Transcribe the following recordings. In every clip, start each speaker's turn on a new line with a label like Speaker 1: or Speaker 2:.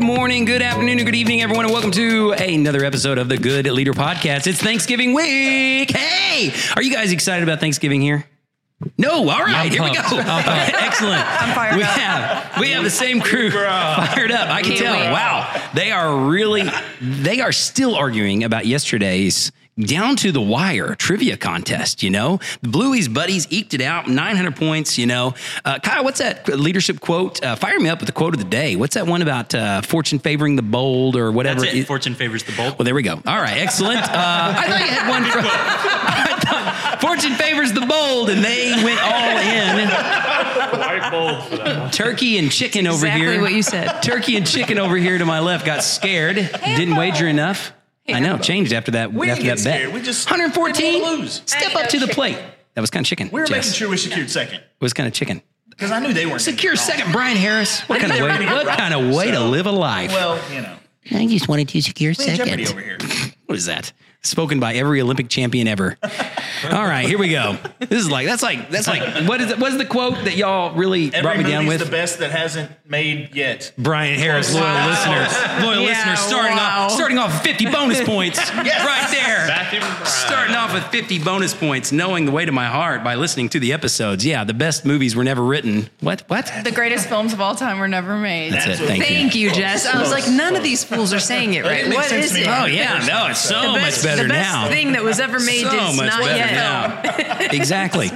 Speaker 1: morning, good afternoon, and good evening, everyone, and welcome to another episode of the Good Leader Podcast. It's Thanksgiving week. Hey, are you guys excited about Thanksgiving here? No, all right, here we go. Okay, excellent. I'm
Speaker 2: fired
Speaker 1: we
Speaker 2: up.
Speaker 1: Have, we have the same crew fired up. I can
Speaker 2: Can't
Speaker 1: tell.
Speaker 2: wait.
Speaker 1: Wow, they are really, they are still arguing about yesterday's down to the wire trivia contest. You know, the Bluey's buddies eked it out, 900 points. You know, uh, Kyle, what's that leadership quote? Uh, fire me up with the quote of the day. What's that one about uh, fortune favoring the bold or whatever?
Speaker 3: That's it. Fortune favors the bold.
Speaker 1: Well, there we go. All right, excellent. Uh, I thought you had one from. I thought Fortune favors the bold, and they went all in. Turkey and chicken over
Speaker 2: exactly
Speaker 1: here.
Speaker 2: what you said.
Speaker 1: Turkey and chicken over here to my left got scared. Didn't wager enough. I know. Changed after that.
Speaker 4: We
Speaker 1: after
Speaker 4: didn't
Speaker 1: that
Speaker 4: get
Speaker 1: bet.
Speaker 4: scared. We just-
Speaker 1: 114.
Speaker 4: we didn't lose.
Speaker 1: Step up to the plate. That was kind of chicken.
Speaker 4: We were making
Speaker 1: Jess.
Speaker 4: sure we secured second
Speaker 1: It was kind of chicken.
Speaker 4: because I knew they weren't
Speaker 1: Secure second, Brian Harris. What kind of
Speaker 4: they were
Speaker 1: way?
Speaker 4: gonna get
Speaker 1: What
Speaker 4: robbed,
Speaker 1: kind of way to
Speaker 4: so-
Speaker 1: live a life?
Speaker 4: Well, you know,
Speaker 5: I just wanted to secure
Speaker 4: playing
Speaker 5: second.
Speaker 4: Jeopardy over here.
Speaker 1: What is that? Spoken by every Olympic champion ever. All right, here we go. This is like that's like that's like what is it, what is the quote that y'all really
Speaker 4: Every
Speaker 1: brought me
Speaker 4: movie's
Speaker 1: down with?
Speaker 4: the best that hasn't made yet.
Speaker 1: Brian Harris, loyal
Speaker 4: Wow.
Speaker 1: listener, loyal
Speaker 2: Yeah,
Speaker 1: listener, starting
Speaker 2: wow.
Speaker 1: off starting off with 50 bonus points right there.
Speaker 3: Matthew McBride.
Speaker 1: Starting off with 50 bonus points, knowing the way to my heart by listening to the episodes. Yeah, the best movies were never written. What? What?
Speaker 6: The greatest films of all time were never made.
Speaker 1: That's it. Thank,
Speaker 2: Thank you, Jess. I was like, none of these fools are saying it right.
Speaker 4: makes
Speaker 2: What
Speaker 4: sense
Speaker 2: is
Speaker 4: to me.
Speaker 2: it?
Speaker 1: Oh yeah, no, it's so
Speaker 2: the
Speaker 1: much better
Speaker 2: the best
Speaker 1: now.
Speaker 2: thing that was ever made
Speaker 1: so
Speaker 2: is
Speaker 1: much
Speaker 2: not
Speaker 1: better
Speaker 2: yet.
Speaker 1: now. exactly.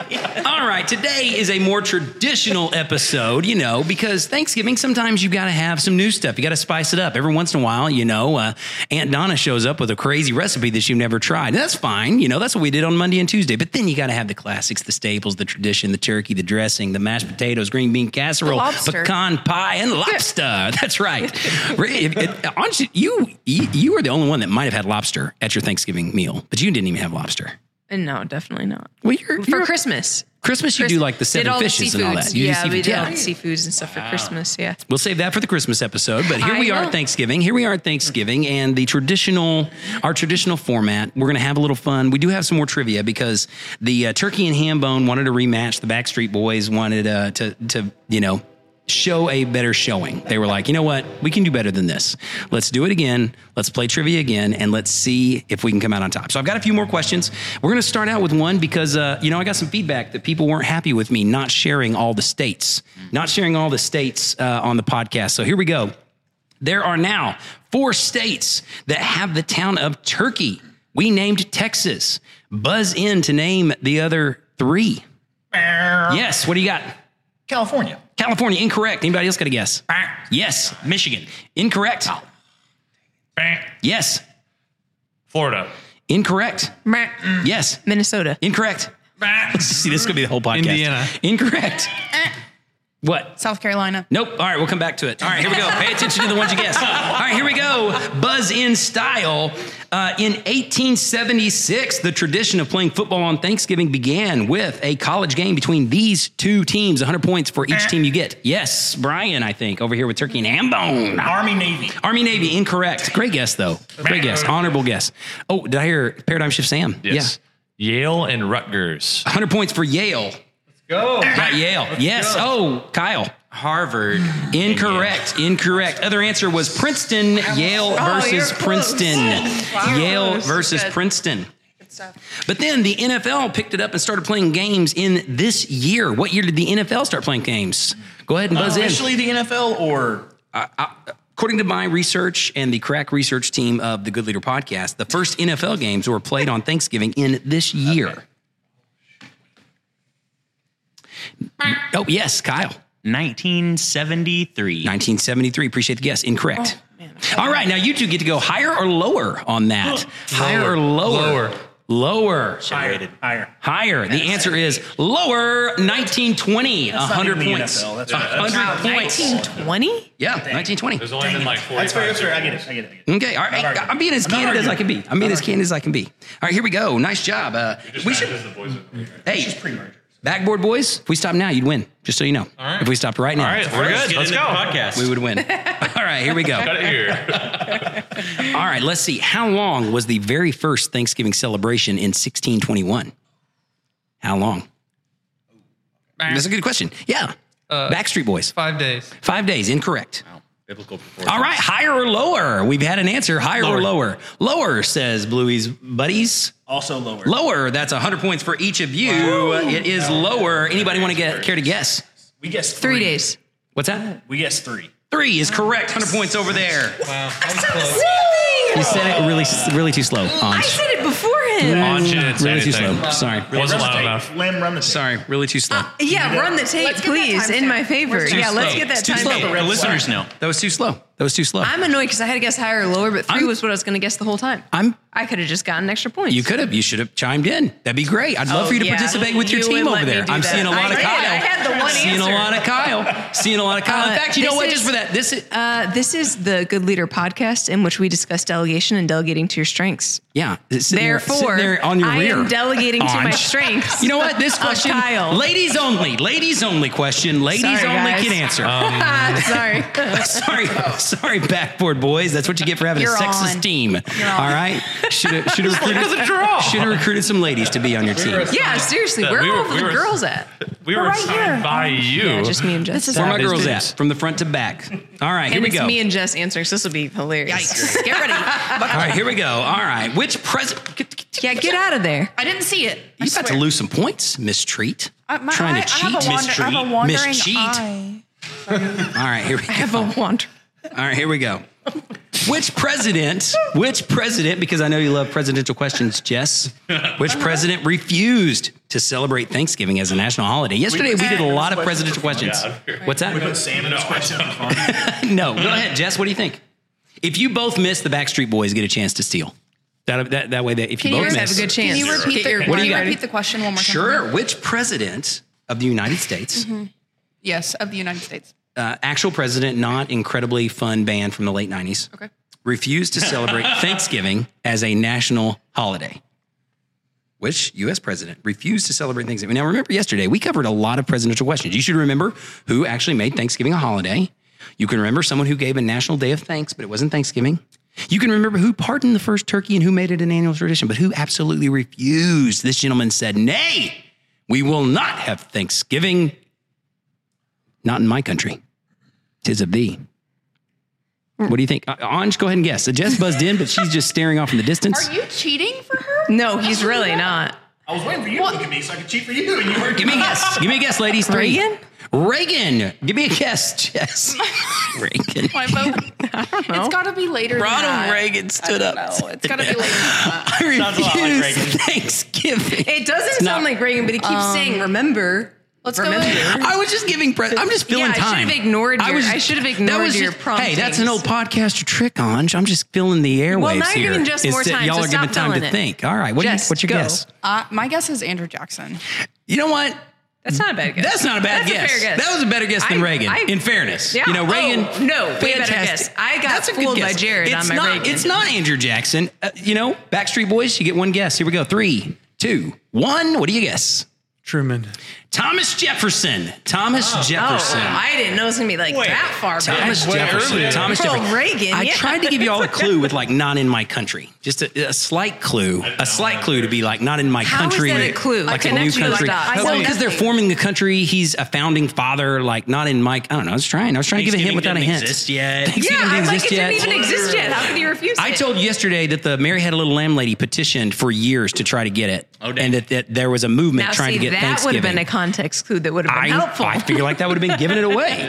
Speaker 1: All right, today is a more traditional episode, you know, because Thanksgiving sometimes you've got to have some new stuff. You got to spice it up every once in a while. You know, uh, Aunt Donna shows up with a crazy recipe that you've never tried. And that's fine. You know, that's what we did on Monday and Tuesday. But then you got to have the classics, the staples, the tradition, the turkey, the dressing, the mashed potatoes, green bean casserole,
Speaker 6: lobster.
Speaker 1: pecan pie, and lobster. That's right. Ray, if- if- honestly, you you you are the only one that might have had lobster at your Thanksgiving meal, but you didn't even have lobster.
Speaker 2: And No, definitely not.
Speaker 1: Well, you're,
Speaker 2: For
Speaker 1: you're-
Speaker 2: Christmas.
Speaker 1: Christmas, you do like the
Speaker 2: did
Speaker 1: seven
Speaker 2: all
Speaker 1: fishes
Speaker 2: the
Speaker 1: and all
Speaker 2: seafoods.
Speaker 1: that. You do
Speaker 2: yeah, we
Speaker 1: seafood-
Speaker 2: did all
Speaker 1: yeah.
Speaker 2: the seafoods and stuff for Christmas. Yeah.
Speaker 1: We'll save that for the Christmas episode, but here
Speaker 2: I
Speaker 1: we are
Speaker 2: know.
Speaker 1: at Thanksgiving. Here we are at Thanksgiving and the traditional, our traditional format. We're going to have a little fun. We do have some more trivia because the uh, turkey and ham bone wanted a rematch. The Backstreet Boys wanted uh, to, to, you know, show a better showing. They were like, you know what? We can do better than this. Let's do it again. Let's play trivia again and let's see if we can come out on top. So I've got a few more questions. We're going to start out with one because, uh, you know, I got some feedback that people weren't happy with me not sharing all the states, not sharing all the states uh, on the podcast. So here we go. There are now four states that have the town of Turkey. We named Texas. Buzz in to name the other three. Yes. What do you got?
Speaker 4: California.
Speaker 1: California, incorrect. Anybody else got a guess? Yes.
Speaker 3: Michigan.
Speaker 1: Incorrect. Yes.
Speaker 3: Florida.
Speaker 1: Incorrect.
Speaker 2: Meh.
Speaker 1: Yes.
Speaker 2: Minnesota.
Speaker 1: Incorrect. See, this could be the whole podcast.
Speaker 3: Indiana.
Speaker 1: Incorrect. what?
Speaker 6: South Carolina.
Speaker 1: Nope. All right, we'll come back to it. All right, here we go. Pay attention to the ones you guess. All right, here we go. Buzz in style. Uh, in 1876, the tradition of playing football on Thanksgiving began with a college game between these two teams. 100 points for each team you get. Yes, Brian, I think, over here with Turkey and Ambone.
Speaker 4: Army, Navy.
Speaker 1: Army Navy, incorrect. Great guess though. Great guess. Honorable guess. Oh, did I hear Paradigm Shift Sam?
Speaker 7: Yes. Yale and Rutgers.
Speaker 1: Yeah. 100 points for Yale. Let's go. Got Yale. yes. Oh, Kyle.
Speaker 3: Harvard.
Speaker 1: Incorrect. Incorrect. Other answer was Princeton. Yale versus
Speaker 2: Oh, you're close.
Speaker 1: Princeton. Yale
Speaker 2: close.
Speaker 1: versus
Speaker 2: Good.
Speaker 1: Princeton. But then the NFL picked it up and started playing games in this year. What year did the NFL start playing games? Go ahead and buzz in.
Speaker 4: Officially the NFL or
Speaker 1: According to my research and the crack research team of the Good Leader podcast, the first NFL games were played on Thanksgiving in this year. Oh, yes, Kyle.
Speaker 3: 1973.
Speaker 1: 1973. Appreciate the guess. Incorrect. All right, now you two get to go higher or lower on that. higher or lower? Lower. Lower.
Speaker 4: higher? Higher.
Speaker 1: Higher. The answer is lower 1920.
Speaker 4: not
Speaker 1: 100
Speaker 4: even the
Speaker 1: points.
Speaker 4: NFL. That's-
Speaker 1: 100 points.
Speaker 2: 1920?
Speaker 1: Yeah, 1920.
Speaker 7: There's only been like four.
Speaker 4: That's fair. That's fair. I get it. I get it. I get it.
Speaker 1: Okay, all right.
Speaker 4: arguing.
Speaker 1: I'm being as
Speaker 4: I'm not
Speaker 1: candid as I can
Speaker 4: arguing.
Speaker 1: be. I'm being as candid as I can be. All right, here we go. Nice job. Uh, we should. Hey,
Speaker 4: Pre-merger.
Speaker 1: backboard boys. If we stop now, you'd win. Just so you know. If we stopped right now,
Speaker 7: All right, we're good.
Speaker 3: Let's
Speaker 7: Let's go.
Speaker 3: go. Podcast.
Speaker 1: we would win. all right, here we go.
Speaker 7: Got it here.
Speaker 1: All right, let's see. How long was the very first Thanksgiving celebration in 1621? How long? That's a good question. Yeah. Backstreet Boys.
Speaker 8: Five days.
Speaker 1: Five days. Incorrect.
Speaker 7: It
Speaker 3: Biblical proportions.
Speaker 1: All right, higher or lower? We've had an answer. Higher or lower? Lower says Bluey's buddies.
Speaker 4: Also lower.
Speaker 1: Lower. That's 100 points for each of you. It is lower. Anybody want to get care to guess?
Speaker 4: we guessed
Speaker 2: Three days.
Speaker 1: What's that?
Speaker 4: We guessed three.
Speaker 1: Three is correct. 100 points over there.
Speaker 7: Wow, that was close.
Speaker 1: You said it really, really too slow.
Speaker 2: I
Speaker 1: Anj.
Speaker 2: said it before him.
Speaker 7: Anj didn't say
Speaker 1: Really too
Speaker 7: anything.
Speaker 1: slow. Sorry.
Speaker 7: Wasn't
Speaker 4: Run the
Speaker 7: loud
Speaker 4: tape.
Speaker 7: enough.
Speaker 4: Lim, run the tape.
Speaker 1: Sorry. Really too slow.
Speaker 2: yeah, run the tape,
Speaker 6: Let's get that
Speaker 2: please, in
Speaker 6: timestamp.
Speaker 2: my favor.
Speaker 6: Let's
Speaker 2: Yeah, let's
Speaker 1: slow.
Speaker 2: get
Speaker 1: It's
Speaker 2: that
Speaker 1: too
Speaker 2: time.
Speaker 1: slow.
Speaker 2: stamp.
Speaker 4: The red
Speaker 3: Listeners
Speaker 4: flag.
Speaker 3: know.
Speaker 1: That was too slow. That was too slow.
Speaker 2: I'm annoyed because I had to guess higher or lower, but 3
Speaker 1: I'm-
Speaker 2: was what I was going to guess the whole time.
Speaker 1: I'm-
Speaker 2: I could have just gotten extra points.
Speaker 1: You could have. You should have chimed in. That'd be great. I'd love
Speaker 2: Oh,
Speaker 1: for you to
Speaker 2: yeah.
Speaker 1: participate with your
Speaker 2: You
Speaker 1: team
Speaker 2: wouldn't
Speaker 1: over
Speaker 2: let me
Speaker 1: there.
Speaker 2: do
Speaker 1: I'm
Speaker 2: that.
Speaker 1: seeing a lot
Speaker 2: I
Speaker 1: of
Speaker 2: did.
Speaker 1: Kyle.
Speaker 2: I had the one
Speaker 1: Seeing a
Speaker 2: answer.
Speaker 1: lot of Kyle. Seeing a lot of Kyle.
Speaker 2: Uh,
Speaker 1: In fact, you know
Speaker 2: this
Speaker 1: what?
Speaker 2: is-
Speaker 1: Just for that, this is
Speaker 2: Uh, this is the Good Leader podcast in which we discuss delegation and delegating to your strengths.
Speaker 1: yeah. it's sitting there- sitting
Speaker 2: Therefore,
Speaker 1: there on your
Speaker 2: I
Speaker 1: rear.
Speaker 2: am delegating to my
Speaker 1: Anj.
Speaker 2: strengths.
Speaker 1: You know what? This
Speaker 2: Of
Speaker 1: question,
Speaker 2: Kyle.
Speaker 1: ladies only, ladies only question. Ladies
Speaker 2: Sorry,
Speaker 1: only
Speaker 2: guys.
Speaker 1: can answer.
Speaker 2: Oh. Sorry.
Speaker 1: sorry, sorry, backboard boys. That's what you get for having
Speaker 6: You're
Speaker 1: a sexist
Speaker 6: on.
Speaker 1: team.
Speaker 6: You're on.
Speaker 1: All right, should have should have recruited, should have recruited some ladies to be on your team.
Speaker 2: yeah,
Speaker 1: Uh,
Speaker 2: seriously,
Speaker 7: That
Speaker 2: where
Speaker 7: we
Speaker 2: are
Speaker 7: were-
Speaker 2: all
Speaker 7: we
Speaker 2: the
Speaker 7: were-
Speaker 2: girls at?
Speaker 7: We were
Speaker 6: right
Speaker 7: assigned
Speaker 6: here.
Speaker 7: by you.
Speaker 2: Yeah, just me and Jess.
Speaker 1: Where are my
Speaker 7: That is
Speaker 1: girls
Speaker 7: deuce.
Speaker 1: at? From the front to back. All right, here
Speaker 2: and
Speaker 1: we
Speaker 2: it's
Speaker 1: go.
Speaker 2: me and Jess answering, so this will be hilarious.
Speaker 6: Get ready.
Speaker 1: All right, here we go. All right, which president?
Speaker 2: yeah, get out of there.
Speaker 6: I didn't see it. I
Speaker 1: You about to
Speaker 6: swear.
Speaker 1: lose some points, mistreat.
Speaker 6: I- my
Speaker 1: Trying
Speaker 6: eye-
Speaker 1: to
Speaker 6: I
Speaker 1: cheat,
Speaker 6: have a wander- I have a
Speaker 1: mistreat,
Speaker 6: wandering
Speaker 1: mischeat.
Speaker 6: eye.
Speaker 1: All right, here we
Speaker 2: I have a wander.
Speaker 1: All right, here we go. Which president, which president, because I know you love presidential questions, Jess, which president refused to celebrate Thanksgiving as a national holiday? Yesterday, we did a lot of presidential questions. What's that?
Speaker 4: Sam and his question. Fine.
Speaker 1: No, go ahead, Jess. What do you think? If you both miss, the Backstreet Boys get a chance to steal. That, that, that way, that if you
Speaker 6: Can you
Speaker 1: both
Speaker 6: guys
Speaker 1: miss.
Speaker 2: have a good chance?
Speaker 6: Can you
Speaker 2: Yes.
Speaker 6: repeat
Speaker 2: Get your
Speaker 6: the,
Speaker 2: What
Speaker 1: do
Speaker 6: can
Speaker 1: you
Speaker 6: you
Speaker 1: got?
Speaker 6: repeat the question one more time?
Speaker 1: Sure. Which president of the United States,
Speaker 6: Yes, of the United States.
Speaker 1: uh, actual president, not incredibly fun band from the late 90s,
Speaker 6: Okay.
Speaker 1: refused to celebrate Thanksgiving as a national holiday. Which U.S. president refused to celebrate Thanksgiving? Now, remember yesterday, we covered a lot of presidential questions. You should remember who actually made Thanksgiving a holiday. You can remember someone who gave a national day of thanks, but it wasn't Thanksgiving. You can remember who pardoned the first turkey and who made it an annual tradition, but who absolutely refused. This gentleman said, Nay, we will not have Thanksgiving. Not in my country. Tis of thee. What do you think? Uh, Anj, go ahead and guess. Jess buzzed in, but she's just staring off in the distance.
Speaker 6: Are you cheating for her?
Speaker 2: No, he's really not.
Speaker 4: I was waiting for you to look at me so I could cheat for you, and you were
Speaker 1: Give me a guess. Give me a guess, ladies. Three.
Speaker 2: Reagan?
Speaker 1: Reagan. Give me a guess, Jess. Reagan.
Speaker 6: My vote. It's got to be later.
Speaker 1: Ronald
Speaker 6: than that.
Speaker 1: Reagan stood
Speaker 6: I
Speaker 1: up.
Speaker 6: don't know. It's got to be later. Than that.
Speaker 1: I
Speaker 3: Sounds a lot like
Speaker 1: refuse
Speaker 3: Reagan.
Speaker 1: Thanksgiving.
Speaker 2: It doesn't sound like Reagan, but he keeps saying, remember.
Speaker 6: Let's go
Speaker 2: remember.
Speaker 6: with-
Speaker 1: I was just giving. Pre- I'm just filling
Speaker 2: Yeah, I should
Speaker 1: time.
Speaker 2: have ignored your-
Speaker 1: was-
Speaker 2: I should have
Speaker 1: that
Speaker 2: ignored
Speaker 1: was
Speaker 2: your
Speaker 1: just- Hey, that's an
Speaker 2: promptings.
Speaker 1: old podcaster trick, Anj. I'm just filling the airwaves
Speaker 2: Well, now you're
Speaker 1: here.
Speaker 2: giving Jess more
Speaker 1: Instead,
Speaker 2: time,
Speaker 1: Y'all
Speaker 2: so
Speaker 1: are giving
Speaker 2: stop
Speaker 1: time to
Speaker 2: filling it.
Speaker 1: think. All right. What do you,
Speaker 2: Jess,
Speaker 1: what's your
Speaker 2: go.
Speaker 1: guess?
Speaker 6: Uh, my guess is Andrew Jackson.
Speaker 1: You know what?
Speaker 2: That's not a bad guess.
Speaker 1: That's not a bad
Speaker 2: That's
Speaker 1: guess.
Speaker 2: fair guess.
Speaker 1: That was a better guess than
Speaker 2: I-
Speaker 1: Reagan.
Speaker 2: I-
Speaker 1: in fairness,
Speaker 2: Yeah.
Speaker 1: you know
Speaker 2: Oh,
Speaker 1: Reagan.
Speaker 2: no, way better
Speaker 1: fantastic.
Speaker 2: guess. I got
Speaker 1: That's a good
Speaker 2: fooled by
Speaker 1: guess.
Speaker 2: Jared
Speaker 1: It's
Speaker 2: on my
Speaker 1: not,
Speaker 2: Reagan.
Speaker 1: It's not Andrew Jackson. Uh, you know, Backstreet Boys. You get one guess. Here we go. Three, two, one. What do you guess?
Speaker 5: Truman.
Speaker 1: Thomas Jefferson. Thomas
Speaker 2: Oh,
Speaker 1: Jefferson.
Speaker 2: I didn't know it was going to be like that far back.
Speaker 1: Thomas
Speaker 7: way
Speaker 1: Jefferson.
Speaker 7: earlier.
Speaker 1: Thomas
Speaker 2: Pearl
Speaker 1: Jefferson.
Speaker 2: Reagan,
Speaker 1: I
Speaker 2: yeah.
Speaker 1: tried to give you all a clue with like not in my country, just a, a slight clue, a slight clue to be like not in my
Speaker 2: How is
Speaker 1: country.
Speaker 2: that a clue?
Speaker 1: Like
Speaker 2: I
Speaker 1: a new
Speaker 2: connect you like
Speaker 1: country.
Speaker 2: that. I
Speaker 1: well,
Speaker 2: know
Speaker 1: because they're
Speaker 6: nothing.
Speaker 1: forming the country. He's a founding father. Like not in my. I don't know. I was trying. I was trying to give a hint
Speaker 3: Thanksgiving
Speaker 1: without a
Speaker 3: didn't
Speaker 1: hint.
Speaker 3: exist yet.
Speaker 1: Thanksgiving
Speaker 2: yeah,
Speaker 1: didn't
Speaker 2: I'm like,
Speaker 1: exist
Speaker 2: it didn't
Speaker 1: yet.
Speaker 2: even exist yet. How could you refuse
Speaker 1: I
Speaker 2: it?
Speaker 1: told you yesterday that the Mary Had a Little Lamb lady petitioned for years to try to get it,
Speaker 3: Oh, damn.
Speaker 1: and that, that there was a movement
Speaker 2: now,
Speaker 1: trying
Speaker 2: see,
Speaker 1: to get
Speaker 2: that would
Speaker 1: Thanksgiving.
Speaker 2: have been a context clue that would have
Speaker 1: I,
Speaker 2: been helpful.
Speaker 1: I figure like that would have been giving it away.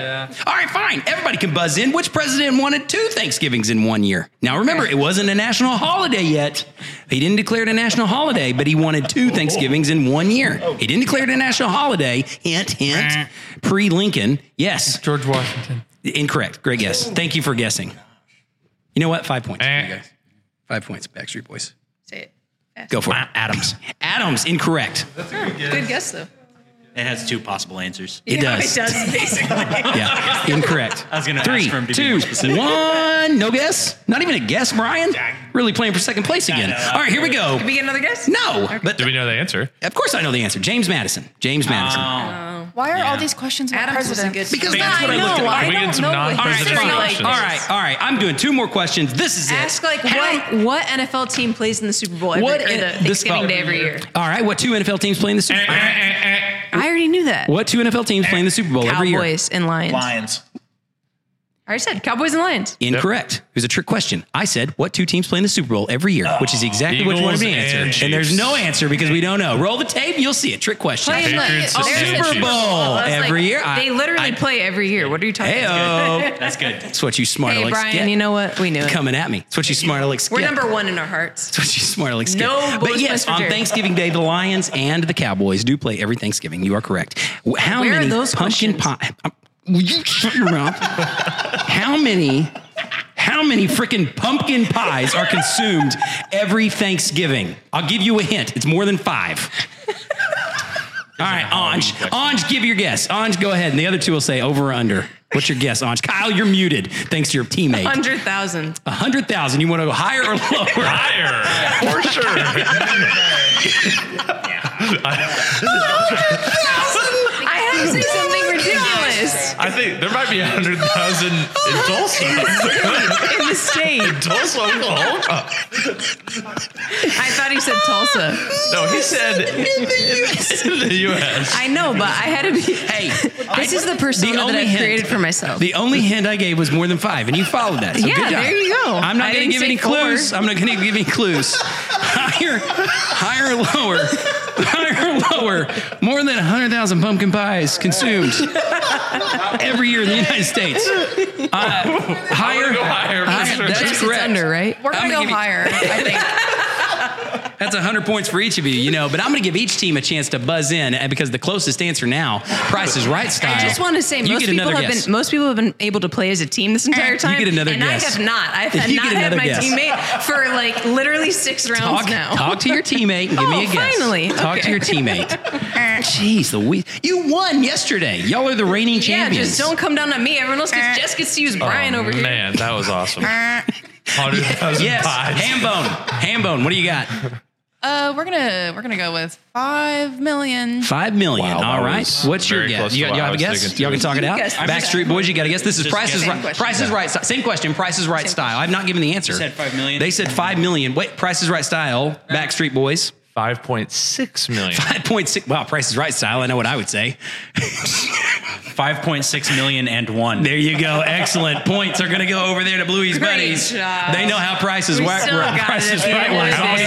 Speaker 1: All right, fine. Everybody can buzz in. Which president wanted two Thanksgivings in one year? Now remember, it wasn't a national holiday yet. He didn't declare it a national holiday, but he wanted two Thanksgivings in one year. He didn't declare it a national holiday. Hint, hint. Pre Lincoln. Yes.
Speaker 5: George Washington.
Speaker 1: Incorrect. Great guess. Thank you for guessing. You know what? Five points. for you
Speaker 7: Eh.
Speaker 1: guys. Five points. Backstreet Boys.
Speaker 6: Say it.
Speaker 1: Go for it. Adams. Adams. Incorrect.
Speaker 6: Good guess though.
Speaker 3: It has two possible answers.
Speaker 1: It
Speaker 2: Yeah,
Speaker 1: does.
Speaker 2: It does, basically.
Speaker 1: Yeah, incorrect.
Speaker 3: I was gonna ask
Speaker 1: Three,
Speaker 3: for him to be
Speaker 1: two,
Speaker 3: more specific.
Speaker 1: one. No guess. Not even a guess, Brian. Really playing for second place again.
Speaker 3: I know.
Speaker 1: All right, here we go.
Speaker 2: Can we get another guess?
Speaker 1: No, but
Speaker 7: Do we know the answer?
Speaker 1: of course I know the answer. James Madison. James Madison.
Speaker 3: Oh,
Speaker 6: Why are all these questions about
Speaker 2: Adams was a
Speaker 6: presidents?
Speaker 2: good
Speaker 1: Because
Speaker 2: Yeah,
Speaker 1: that's what I looked
Speaker 2: know.
Speaker 1: at.
Speaker 7: Are we getting
Speaker 2: don't
Speaker 7: some
Speaker 2: know.
Speaker 1: all right,
Speaker 7: non-presidential
Speaker 2: Seriously,
Speaker 1: fine.
Speaker 2: like,
Speaker 7: questions?
Speaker 1: all right, all right. I'm doing two more questions. This is
Speaker 2: Ask
Speaker 1: it.
Speaker 2: like what what NFL team plays in the Super Bowl every,
Speaker 1: What
Speaker 2: or
Speaker 1: in-
Speaker 2: the
Speaker 1: this-
Speaker 2: Thanksgiving
Speaker 1: oh.
Speaker 2: Day every year?
Speaker 1: All right, what two NFL teams playing the Super Bowl?
Speaker 2: I already knew that.
Speaker 1: What two NFL teams playing the Super Bowl every Oh, year?
Speaker 2: Cowboys and Lions.
Speaker 4: Lions.
Speaker 2: I already said Cowboys and Lions.
Speaker 1: Incorrect. It was a trick question. I said, what two teams play in the Super Bowl every year? Which is exactly what you wanted me to
Speaker 7: Eagles
Speaker 1: answer.
Speaker 7: and
Speaker 1: And,
Speaker 7: Chiefs.
Speaker 1: there's no answer because we don't know. Roll the tape. You'll see it. Trick question.
Speaker 2: Playing like-
Speaker 7: Patriots
Speaker 2: oh,
Speaker 7: and
Speaker 2: there's
Speaker 7: Chiefs.
Speaker 2: Super Bowl I was
Speaker 1: Every year. I-
Speaker 2: They literally
Speaker 1: I-
Speaker 2: play every year. What are you talking about?
Speaker 1: Heyo.
Speaker 3: That's good.
Speaker 1: That's what you smart
Speaker 2: Hey,
Speaker 1: oh, Alex
Speaker 2: Brian,
Speaker 1: get.
Speaker 2: you know what? We knew it.
Speaker 1: Coming at me. That's what you smart Alex
Speaker 2: We're
Speaker 1: get.
Speaker 2: number one in our hearts.
Speaker 1: That's what you smart Alex
Speaker 2: No
Speaker 1: get. But
Speaker 2: bullshit,
Speaker 1: yes,
Speaker 2: Mr.
Speaker 1: on
Speaker 2: Jerry.
Speaker 1: Thanksgiving Day, the Lions and the Cowboys do play every Thanksgiving. You are correct. W- How
Speaker 2: Where are
Speaker 1: many
Speaker 2: those
Speaker 1: pumpkin
Speaker 2: questions?
Speaker 1: pie? I'm- Will you shut your mouth? How many? How many freaking pumpkin pies are consumed every Thanksgiving? I'll give you a hint. It's more than five. All right, Anj. Anj, give your guess. Anj, go ahead. And the other two will say over or under. What's your guess, Anj? Kyle, you're muted thanks to your teammate.
Speaker 2: 100,000.
Speaker 1: 100,000. You want to go higher or lower?
Speaker 7: Higher for sure.
Speaker 2: I had to say something ridiculous
Speaker 7: I think there might be a hundred thousand in Tulsa,
Speaker 2: in the state.
Speaker 7: Tulsa, Oklahoma.
Speaker 2: I thought he said Tulsa.
Speaker 7: No, he said in the U.S.
Speaker 2: I know, but I had to be.
Speaker 1: Hey,
Speaker 2: This is the persona that
Speaker 1: only
Speaker 2: I've
Speaker 1: hint-
Speaker 2: created for myself.
Speaker 1: The only hint I gave was more than five, and you followed that. So
Speaker 2: Yeah,
Speaker 1: good job.
Speaker 2: there you go.
Speaker 1: I'm not
Speaker 2: I
Speaker 1: going to
Speaker 2: didn't
Speaker 1: give
Speaker 2: say
Speaker 1: any
Speaker 2: four.
Speaker 1: clues. I'm not going to give any clues. higher, higher, lower, higher, lower. More than 100,000 pumpkin pies consumed every year in the United States. Uh, higher,
Speaker 7: go higher, Mr.
Speaker 1: That's
Speaker 2: Jess, it's
Speaker 1: correct.
Speaker 2: under, right?
Speaker 6: We're gonna
Speaker 1: I'm gonna
Speaker 6: go
Speaker 1: give you-
Speaker 6: higher. I think.
Speaker 1: That's 100 points for each of you, you know. But I'm going to give each team a chance to buzz in uh, because the closest answer now, Price is Right style.
Speaker 2: I just want to say
Speaker 1: you
Speaker 2: most
Speaker 1: get
Speaker 2: people
Speaker 1: another
Speaker 2: have
Speaker 1: guess. Eh,
Speaker 2: been most people have been able to play as a team this entire time.
Speaker 1: get another
Speaker 2: and
Speaker 1: guess.
Speaker 2: I have not. I've had
Speaker 1: You
Speaker 2: not
Speaker 1: get
Speaker 2: had
Speaker 1: another
Speaker 2: my
Speaker 1: guess.
Speaker 2: teammate for like literally six rounds
Speaker 1: talk,
Speaker 2: now.
Speaker 1: talk to your teammate and give me
Speaker 2: Oh,
Speaker 1: a guess.
Speaker 2: finally.
Speaker 1: Talk to
Speaker 2: Okay.
Speaker 1: your teammate. Jeez, the we- you won yesterday. Y'all are the reigning
Speaker 2: yeah,
Speaker 1: champions.
Speaker 2: just don't come down on me. Everyone else gets Jess gets to
Speaker 1: Oh,
Speaker 2: use Brian over here.
Speaker 7: Man, that was awesome. Hundred thousand
Speaker 1: Yes,
Speaker 7: pies.
Speaker 1: Hambone. Hambone, what do you got?
Speaker 6: Uh, we're gonna we're gonna go with five million.
Speaker 1: Five million.
Speaker 7: Wow, that
Speaker 1: All right.
Speaker 7: was
Speaker 1: What's your
Speaker 7: very
Speaker 1: guess?
Speaker 7: close to
Speaker 1: You,
Speaker 7: what
Speaker 1: y'all
Speaker 7: I
Speaker 1: have a
Speaker 7: was
Speaker 1: guess?
Speaker 7: thinking, too.
Speaker 1: Y'all can talk it out.
Speaker 2: guessed it.
Speaker 1: Backstreet Boys, you got to guess. This is
Speaker 3: Just
Speaker 1: Price is
Speaker 3: guessing.
Speaker 1: right.
Speaker 3: Same question.
Speaker 1: Price is right. si- Same question. Price is right style. I've not given the answer.
Speaker 3: said five million.
Speaker 1: They said five million. Wait, Price is right style. Backstreet Boys.
Speaker 7: Five point six million.
Speaker 1: Five point six. Wow, Price is right style. I know what I would say.
Speaker 3: Five point six million and one.
Speaker 1: There you go. Excellent. Points are going to go over there to Bluey's
Speaker 2: Great
Speaker 1: buddies.
Speaker 2: job.
Speaker 1: They know how prices
Speaker 2: We
Speaker 1: work.
Speaker 2: still got it
Speaker 1: Prices
Speaker 2: at the
Speaker 1: right.
Speaker 2: end of
Speaker 1: work.
Speaker 2: the
Speaker 1: I
Speaker 2: day.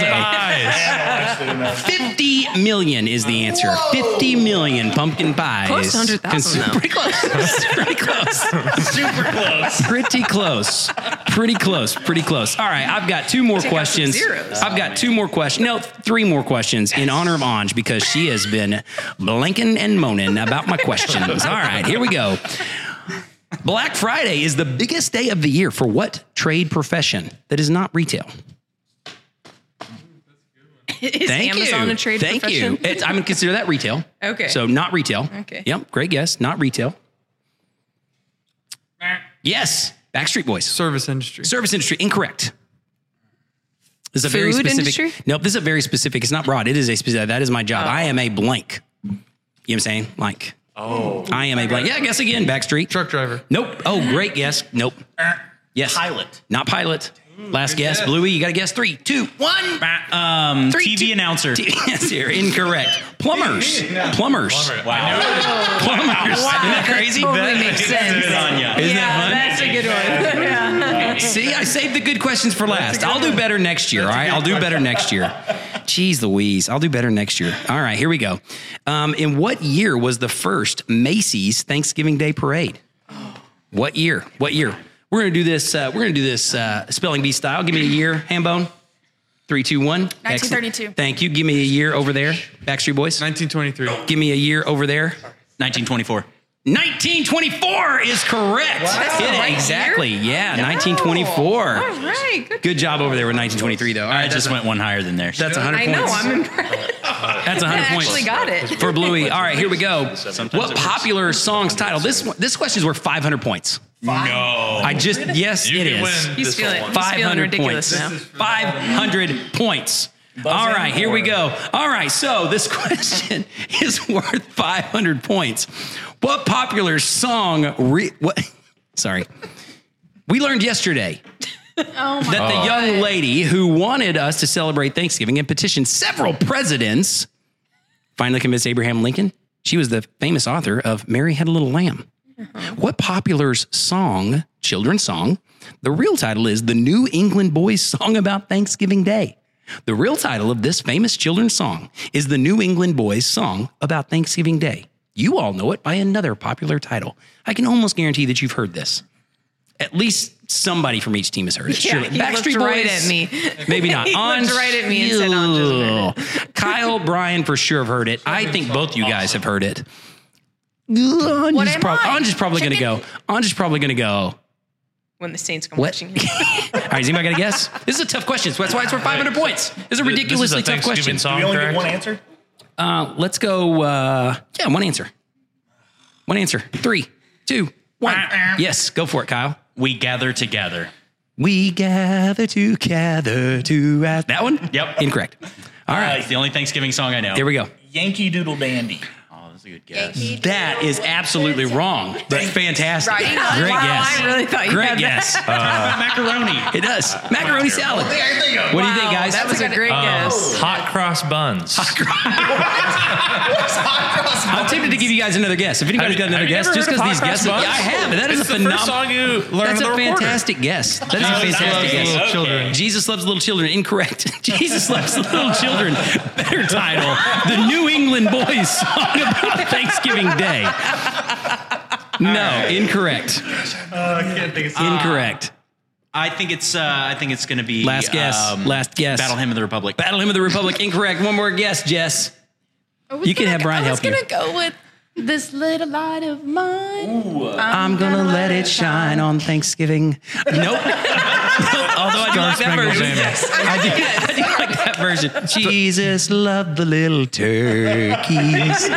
Speaker 1: say
Speaker 7: Pies.
Speaker 1: Fifty million is the answer. Fifty million pumpkin pies.
Speaker 2: Close to 100,000
Speaker 1: Cons-
Speaker 2: though.
Speaker 1: Pretty close. pretty close.
Speaker 3: Super close.
Speaker 1: Pretty close. Pretty close. Pretty close. All right, I've got two more
Speaker 2: Take out some
Speaker 1: questions.
Speaker 2: zeros.
Speaker 1: I've got two more questions. No, three more questions in honor of Anj because she has been blanking and moaning about my questions. All right, here we go. Black Friday is the biggest day of the year for what trade profession that is not retail?
Speaker 2: Is
Speaker 1: Thank
Speaker 2: Amazon
Speaker 1: you.
Speaker 2: a trade
Speaker 1: Thank
Speaker 2: profession?
Speaker 1: you. It's, I'm gonna consider that retail.
Speaker 2: Okay.
Speaker 1: So not retail.
Speaker 2: Okay.
Speaker 1: Yep. Great guess. Not retail. Yes. Backstreet Boys.
Speaker 5: Service industry.
Speaker 1: Service industry, incorrect. This is a very
Speaker 2: Food
Speaker 1: specific.
Speaker 2: industry? Oh.
Speaker 1: Nope, this is a very specific. It's not broad. It is a specific. That is my job. I am a blank. You know what I'm saying? Blank. Oh. I am a blank. Yeah, guess again. Backstreet.
Speaker 5: Truck driver.
Speaker 1: Nope. Oh, great guess. Nope. Yes.
Speaker 3: Pilot.
Speaker 1: Not pilot. Last guess. Bluey, you got to guess. Three, two, one.
Speaker 3: Um, TV
Speaker 1: two-
Speaker 3: announcer.
Speaker 1: Yes, you're incorrect. Plumbers. Plumbers. Plumbers.
Speaker 7: I knew it.
Speaker 1: Isn't that
Speaker 2: That
Speaker 1: crazy?
Speaker 2: totally
Speaker 1: That-
Speaker 2: makes sense.
Speaker 3: Good on ya.
Speaker 1: Isn't that
Speaker 2: yeah,
Speaker 1: fun?
Speaker 2: that's a good one.
Speaker 1: See, I saved the good questions for last. I'll do better next year. All right, I'll do better next year. Jeez Louise, I'll do better next year. All right, here we go. Um, in what year was the first Macy's Thanksgiving Day Parade? What year? What year? We're gonna do this. Uh, we're gonna do this uh, spelling bee style. Give me a year, Hambone. Three, two, one. Excellent.
Speaker 6: 1932.
Speaker 1: Thank you. Give me a year over there, Backstreet Boys.
Speaker 5: 1923.
Speaker 1: Give me a year over there.
Speaker 3: 1924.
Speaker 1: 1924 is correct.
Speaker 2: That's the
Speaker 1: Yeah,
Speaker 2: right year?
Speaker 1: exactly. Yeah, 1924.
Speaker 2: All right. Good.
Speaker 1: Good job over there with 1923, though. All
Speaker 3: I
Speaker 1: right,
Speaker 3: just
Speaker 1: that's,
Speaker 3: went one higher than there.
Speaker 1: that's 100
Speaker 2: I know.
Speaker 1: points.
Speaker 2: I'm impressed.
Speaker 1: that's 100
Speaker 2: I
Speaker 1: points
Speaker 2: actually got it.
Speaker 1: for Bluey. All right, here we go.
Speaker 3: Sometimes
Speaker 1: What
Speaker 3: it
Speaker 1: popular song's title? This one, this question's worth 500 points.
Speaker 7: No.
Speaker 1: I just yes,
Speaker 7: You
Speaker 1: it
Speaker 7: can
Speaker 1: is.
Speaker 7: win.
Speaker 2: He's
Speaker 7: This
Speaker 2: feeling,
Speaker 7: one.
Speaker 2: he's feeling
Speaker 1: 500
Speaker 2: ridiculous
Speaker 1: points.
Speaker 2: now.
Speaker 1: 500 points. All right, here we go. All right, so this question is worth 500 points. What popular song? Re- what? Sorry, we learned yesterday
Speaker 6: Oh my
Speaker 1: that the young lady who wanted us to celebrate Thanksgiving and petitioned several presidents finally convinced Abraham Lincoln. She was the famous author of Mary Had a Little Lamb. What popular's song, children's song, the real title is The New England Boys Song About Thanksgiving Day. The real title of this famous children's song is The New England Boys Song About Thanksgiving Day. You all know it by another popular title. I can almost guarantee that you've heard this. At least somebody from each team has heard it.
Speaker 2: Yeah,
Speaker 1: Surely.
Speaker 2: he
Speaker 1: Backstreet Boys.
Speaker 2: looked right at me.
Speaker 1: Maybe not.
Speaker 2: He
Speaker 1: Ons-
Speaker 2: looked right at me and said, "Ons just heard it."
Speaker 1: Ew. Kyle, Brian for sure have heard it. I think both you guys have heard it. Anj is,
Speaker 2: am
Speaker 1: prob-
Speaker 2: I?
Speaker 1: Anj is probably going to go.
Speaker 2: Chicken?
Speaker 1: Anj is probably going to go.
Speaker 2: When the Saints come
Speaker 1: What?
Speaker 2: watching him.
Speaker 1: All right, is anybody got a guess? This is a tough question. So that's why it's worth 500 points. This is a
Speaker 7: This is a
Speaker 1: ridiculously tough
Speaker 7: Thanksgiving
Speaker 1: question.
Speaker 7: Song,
Speaker 4: We only get
Speaker 7: correct?
Speaker 4: one answer.
Speaker 1: Uh, let's go. Uh, yeah, one answer. One answer. Three, two, one. yes, go for it, Kyle.
Speaker 3: We gather together.
Speaker 1: We gather together to ask. That one?
Speaker 3: Yep.
Speaker 1: Incorrect. All right.
Speaker 3: It's the only Thanksgiving song I know.
Speaker 1: Here we go.
Speaker 4: Yankee Doodle Dandy.
Speaker 3: oh, that's a good guess.
Speaker 1: That is absolutely wrong, but fantastic.
Speaker 6: Right.
Speaker 1: Great
Speaker 2: Wow,
Speaker 1: guess.
Speaker 2: I really thought you
Speaker 1: Great
Speaker 2: had
Speaker 1: guess.
Speaker 3: Uh, macaroni.
Speaker 1: It does. Macaroni salad.
Speaker 4: Hey, I think of-
Speaker 1: What
Speaker 2: that.
Speaker 1: do you think,
Speaker 2: Wow,
Speaker 1: guys?
Speaker 2: That was a great guess.
Speaker 7: Hot cross buns.
Speaker 3: Uh,
Speaker 1: I'm tempted to give you guys another guess. If anybody's got another
Speaker 7: Have you
Speaker 1: guess,
Speaker 7: ever
Speaker 1: just
Speaker 7: heard
Speaker 1: because these
Speaker 7: of Hot Cross
Speaker 1: guesses, yeah, I
Speaker 7: Buns?
Speaker 1: have. That is
Speaker 7: It's
Speaker 1: a
Speaker 7: the first
Speaker 1: phenomenal.
Speaker 7: song you learned
Speaker 1: That's
Speaker 7: on the
Speaker 1: a
Speaker 7: recorder.
Speaker 1: fantastic guess. That is
Speaker 7: Jesus
Speaker 1: a
Speaker 7: loves
Speaker 1: fantastic guess.
Speaker 7: little children.
Speaker 1: Jesus loves little children. Incorrect. Jesus loves little children. Better title. The New England Boys song about Thanksgiving Day. No, incorrect.
Speaker 4: Oh, I can't think of something.
Speaker 1: Incorrect.
Speaker 3: I think it's. Uh, I think it's going to be
Speaker 1: Last guess. Last guess.
Speaker 3: Battle Hymn of the Republic.
Speaker 1: Battle Hymn of the Republic. Incorrect. One more guess, Jess.
Speaker 6: I was
Speaker 1: You can
Speaker 6: gonna-
Speaker 1: have Brian
Speaker 6: I was
Speaker 1: help you.
Speaker 6: gonna go with this little light of mine.
Speaker 1: I'm gonna let it shine on Thanksgiving. Nope. Although I do like that
Speaker 7: Spangled
Speaker 1: version.
Speaker 7: Banner.
Speaker 1: Yes, I do, I do like that version. Jesus loved the little turkeys,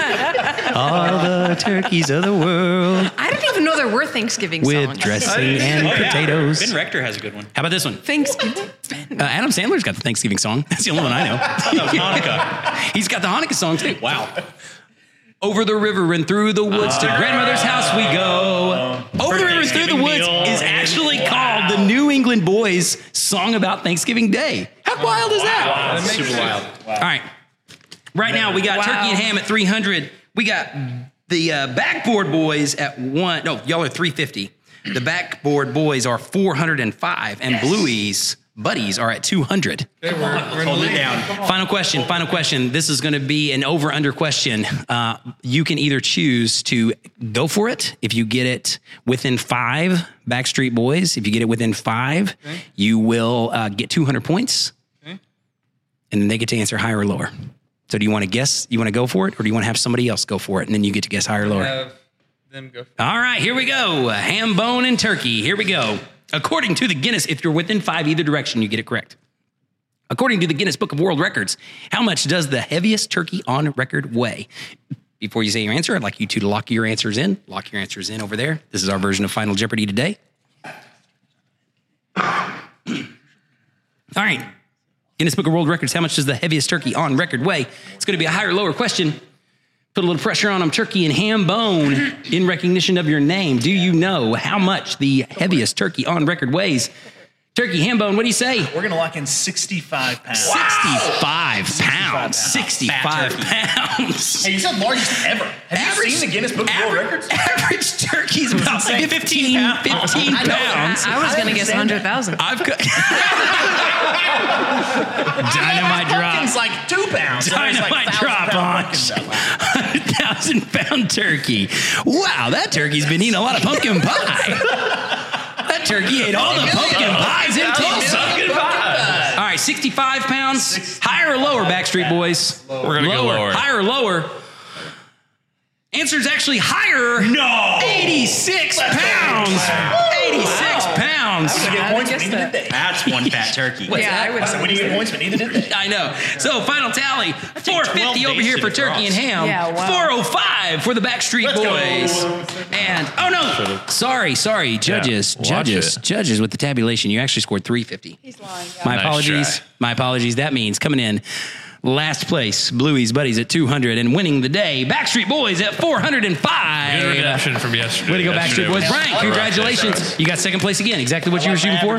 Speaker 1: all the turkeys of the world,
Speaker 2: I didn't even know there were Thanksgiving
Speaker 1: with
Speaker 2: songs.
Speaker 3: Oh,
Speaker 1: dressing and potatoes.
Speaker 3: Ben Rector has a good one.
Speaker 1: How about this one?
Speaker 2: Thanksgiving.
Speaker 1: Uh, Adam Sandler's got the Thanksgiving song. That's the only one I know. Hanukkah. He's got the Hanukkah song too. Wow. Over the river and through the woods
Speaker 3: Uh,
Speaker 1: to grandmother's house we go. Over the river and through the
Speaker 7: Thanksgiving
Speaker 1: woods
Speaker 7: meal.
Speaker 1: is actually called the New England Boys song about Thanksgiving Day. How wild is
Speaker 3: uh,
Speaker 1: that?
Speaker 7: That's super wild.
Speaker 1: All right. Right now we got
Speaker 2: Wow.
Speaker 1: turkey and ham at 300. We got the uh, backboard boys at one. No, y'all are 350. The backboard boys are 405, and Bluey's buddies are at 200.
Speaker 3: Hold it down.
Speaker 1: Final question. Final question. This is going to be an over/under question. Uh, you can either choose to go for it if you get it within five Backstreet Boys. If you get it within five, you will uh, get 200 points, and then they get to answer higher or lower. So, do you want to guess? You want to go for it, or do you want to have somebody else go for it, and then you get to guess higher or lower?
Speaker 5: Have them go.
Speaker 1: All right, here we go. Ham, bone, and turkey. Here we go. According to the Guinness, if you're within five either direction, you get it correct. According to the Guinness Book of World Records, how much does the heaviest turkey on record weigh? Before you say your answer, I'd like you two to lock your answers in. Lock your answers in over there. This is our version of Final Jeopardy today. All right. Guinness Book of World Records, how much does the heaviest turkey on record weigh? It's going to be a higher or lower question. Put a little pressure on them, turkey and ham bone in recognition of your name. Do you know how much the heaviest turkey on record weighs? Turkey, ham bone, what do you say?
Speaker 4: We're going to lock in 65 pounds.
Speaker 1: 65 pounds.
Speaker 4: pounds.
Speaker 1: 65 pounds.
Speaker 4: Hey, you said largest ever. Have you seen the Guinness Book of World
Speaker 1: average-
Speaker 4: Records?
Speaker 1: Average turkey's about 15, 15 pounds.
Speaker 2: I, I was
Speaker 4: I
Speaker 2: going to guess
Speaker 4: understand
Speaker 2: 100,000.
Speaker 1: I've got dynamite
Speaker 4: Pumpkin's
Speaker 1: drop.
Speaker 4: like two pounds. and there's
Speaker 1: Dynamite
Speaker 4: like
Speaker 1: drop on. 100,000 pound turkey. Wow, that turkey's been eating a lot of pumpkin pie. that turkey ate all the pumpkin pies in Tulsa. All right, 65 pounds. Higher or lower, Backstreet Boys?
Speaker 7: We're gonna go lower.
Speaker 1: Higher or lower? Answer is actually higher. No. 86 pounds. 86 pounds.
Speaker 4: You get
Speaker 2: I
Speaker 4: points, but
Speaker 2: guess
Speaker 4: neither did
Speaker 2: that.
Speaker 4: they.
Speaker 3: That's one fat turkey.
Speaker 1: What's
Speaker 2: yeah,
Speaker 1: that?
Speaker 2: I would.
Speaker 4: I said, when you get points, but neither did they.
Speaker 1: I know. So final tally: 450 over
Speaker 3: days
Speaker 1: here
Speaker 3: to
Speaker 1: for
Speaker 3: defrost.
Speaker 1: turkey and ham.
Speaker 2: Yeah, wow.
Speaker 1: 405 for the Backstreet
Speaker 4: Let's go.
Speaker 1: Boys. And oh no, sorry, sorry, judges,
Speaker 7: watch
Speaker 1: judges,
Speaker 7: it.
Speaker 1: judges. With the tabulation, you actually scored 350. He's lying. My
Speaker 7: Nice
Speaker 1: apologies.
Speaker 7: try.
Speaker 1: My apologies. That means coming in. Last place, Bluey's buddies at 200 and winning the day. Backstreet Boys at 405.
Speaker 7: Good redemption from yesterday.
Speaker 1: Way to go,
Speaker 7: Yesterday
Speaker 1: Backstreet Boys.
Speaker 7: was
Speaker 1: Brian,
Speaker 7: rough.
Speaker 1: congratulations. You got second place again. Exactly what you were shooting for.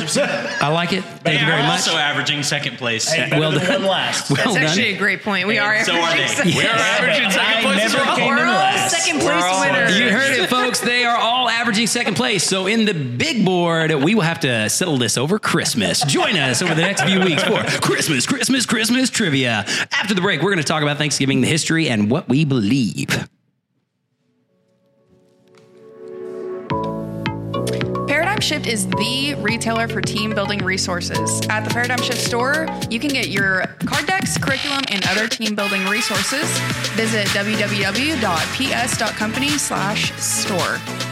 Speaker 1: I like it. Thank you
Speaker 3: They
Speaker 1: very
Speaker 3: are
Speaker 1: much.
Speaker 3: also averaging second place.
Speaker 4: Hey, better
Speaker 1: well
Speaker 4: than
Speaker 1: done.
Speaker 4: one last.
Speaker 1: Well
Speaker 2: That's
Speaker 1: done.
Speaker 2: actually a great point. We are
Speaker 3: so are
Speaker 2: averaging
Speaker 3: they.
Speaker 2: second-
Speaker 7: We're averaging second
Speaker 4: I
Speaker 7: place.
Speaker 4: never
Speaker 7: overall.
Speaker 4: came in
Speaker 2: We're all
Speaker 4: last.
Speaker 2: second place
Speaker 3: all
Speaker 2: winners.
Speaker 1: You heard it, folks. They are all averaging second place. So in the big board, we will have to settle this over Christmas. Join us over the next few weeks for Christmas, Christmas, Christmas trivia. After the break, we're going to talk about Thanksgiving, the history, and what we believe.
Speaker 6: Paradigm Shift is the retailer for team building resources. At the Paradigm Shift store, you can get your card decks, curriculum, and other team building resources. Visit www.ps.company/store.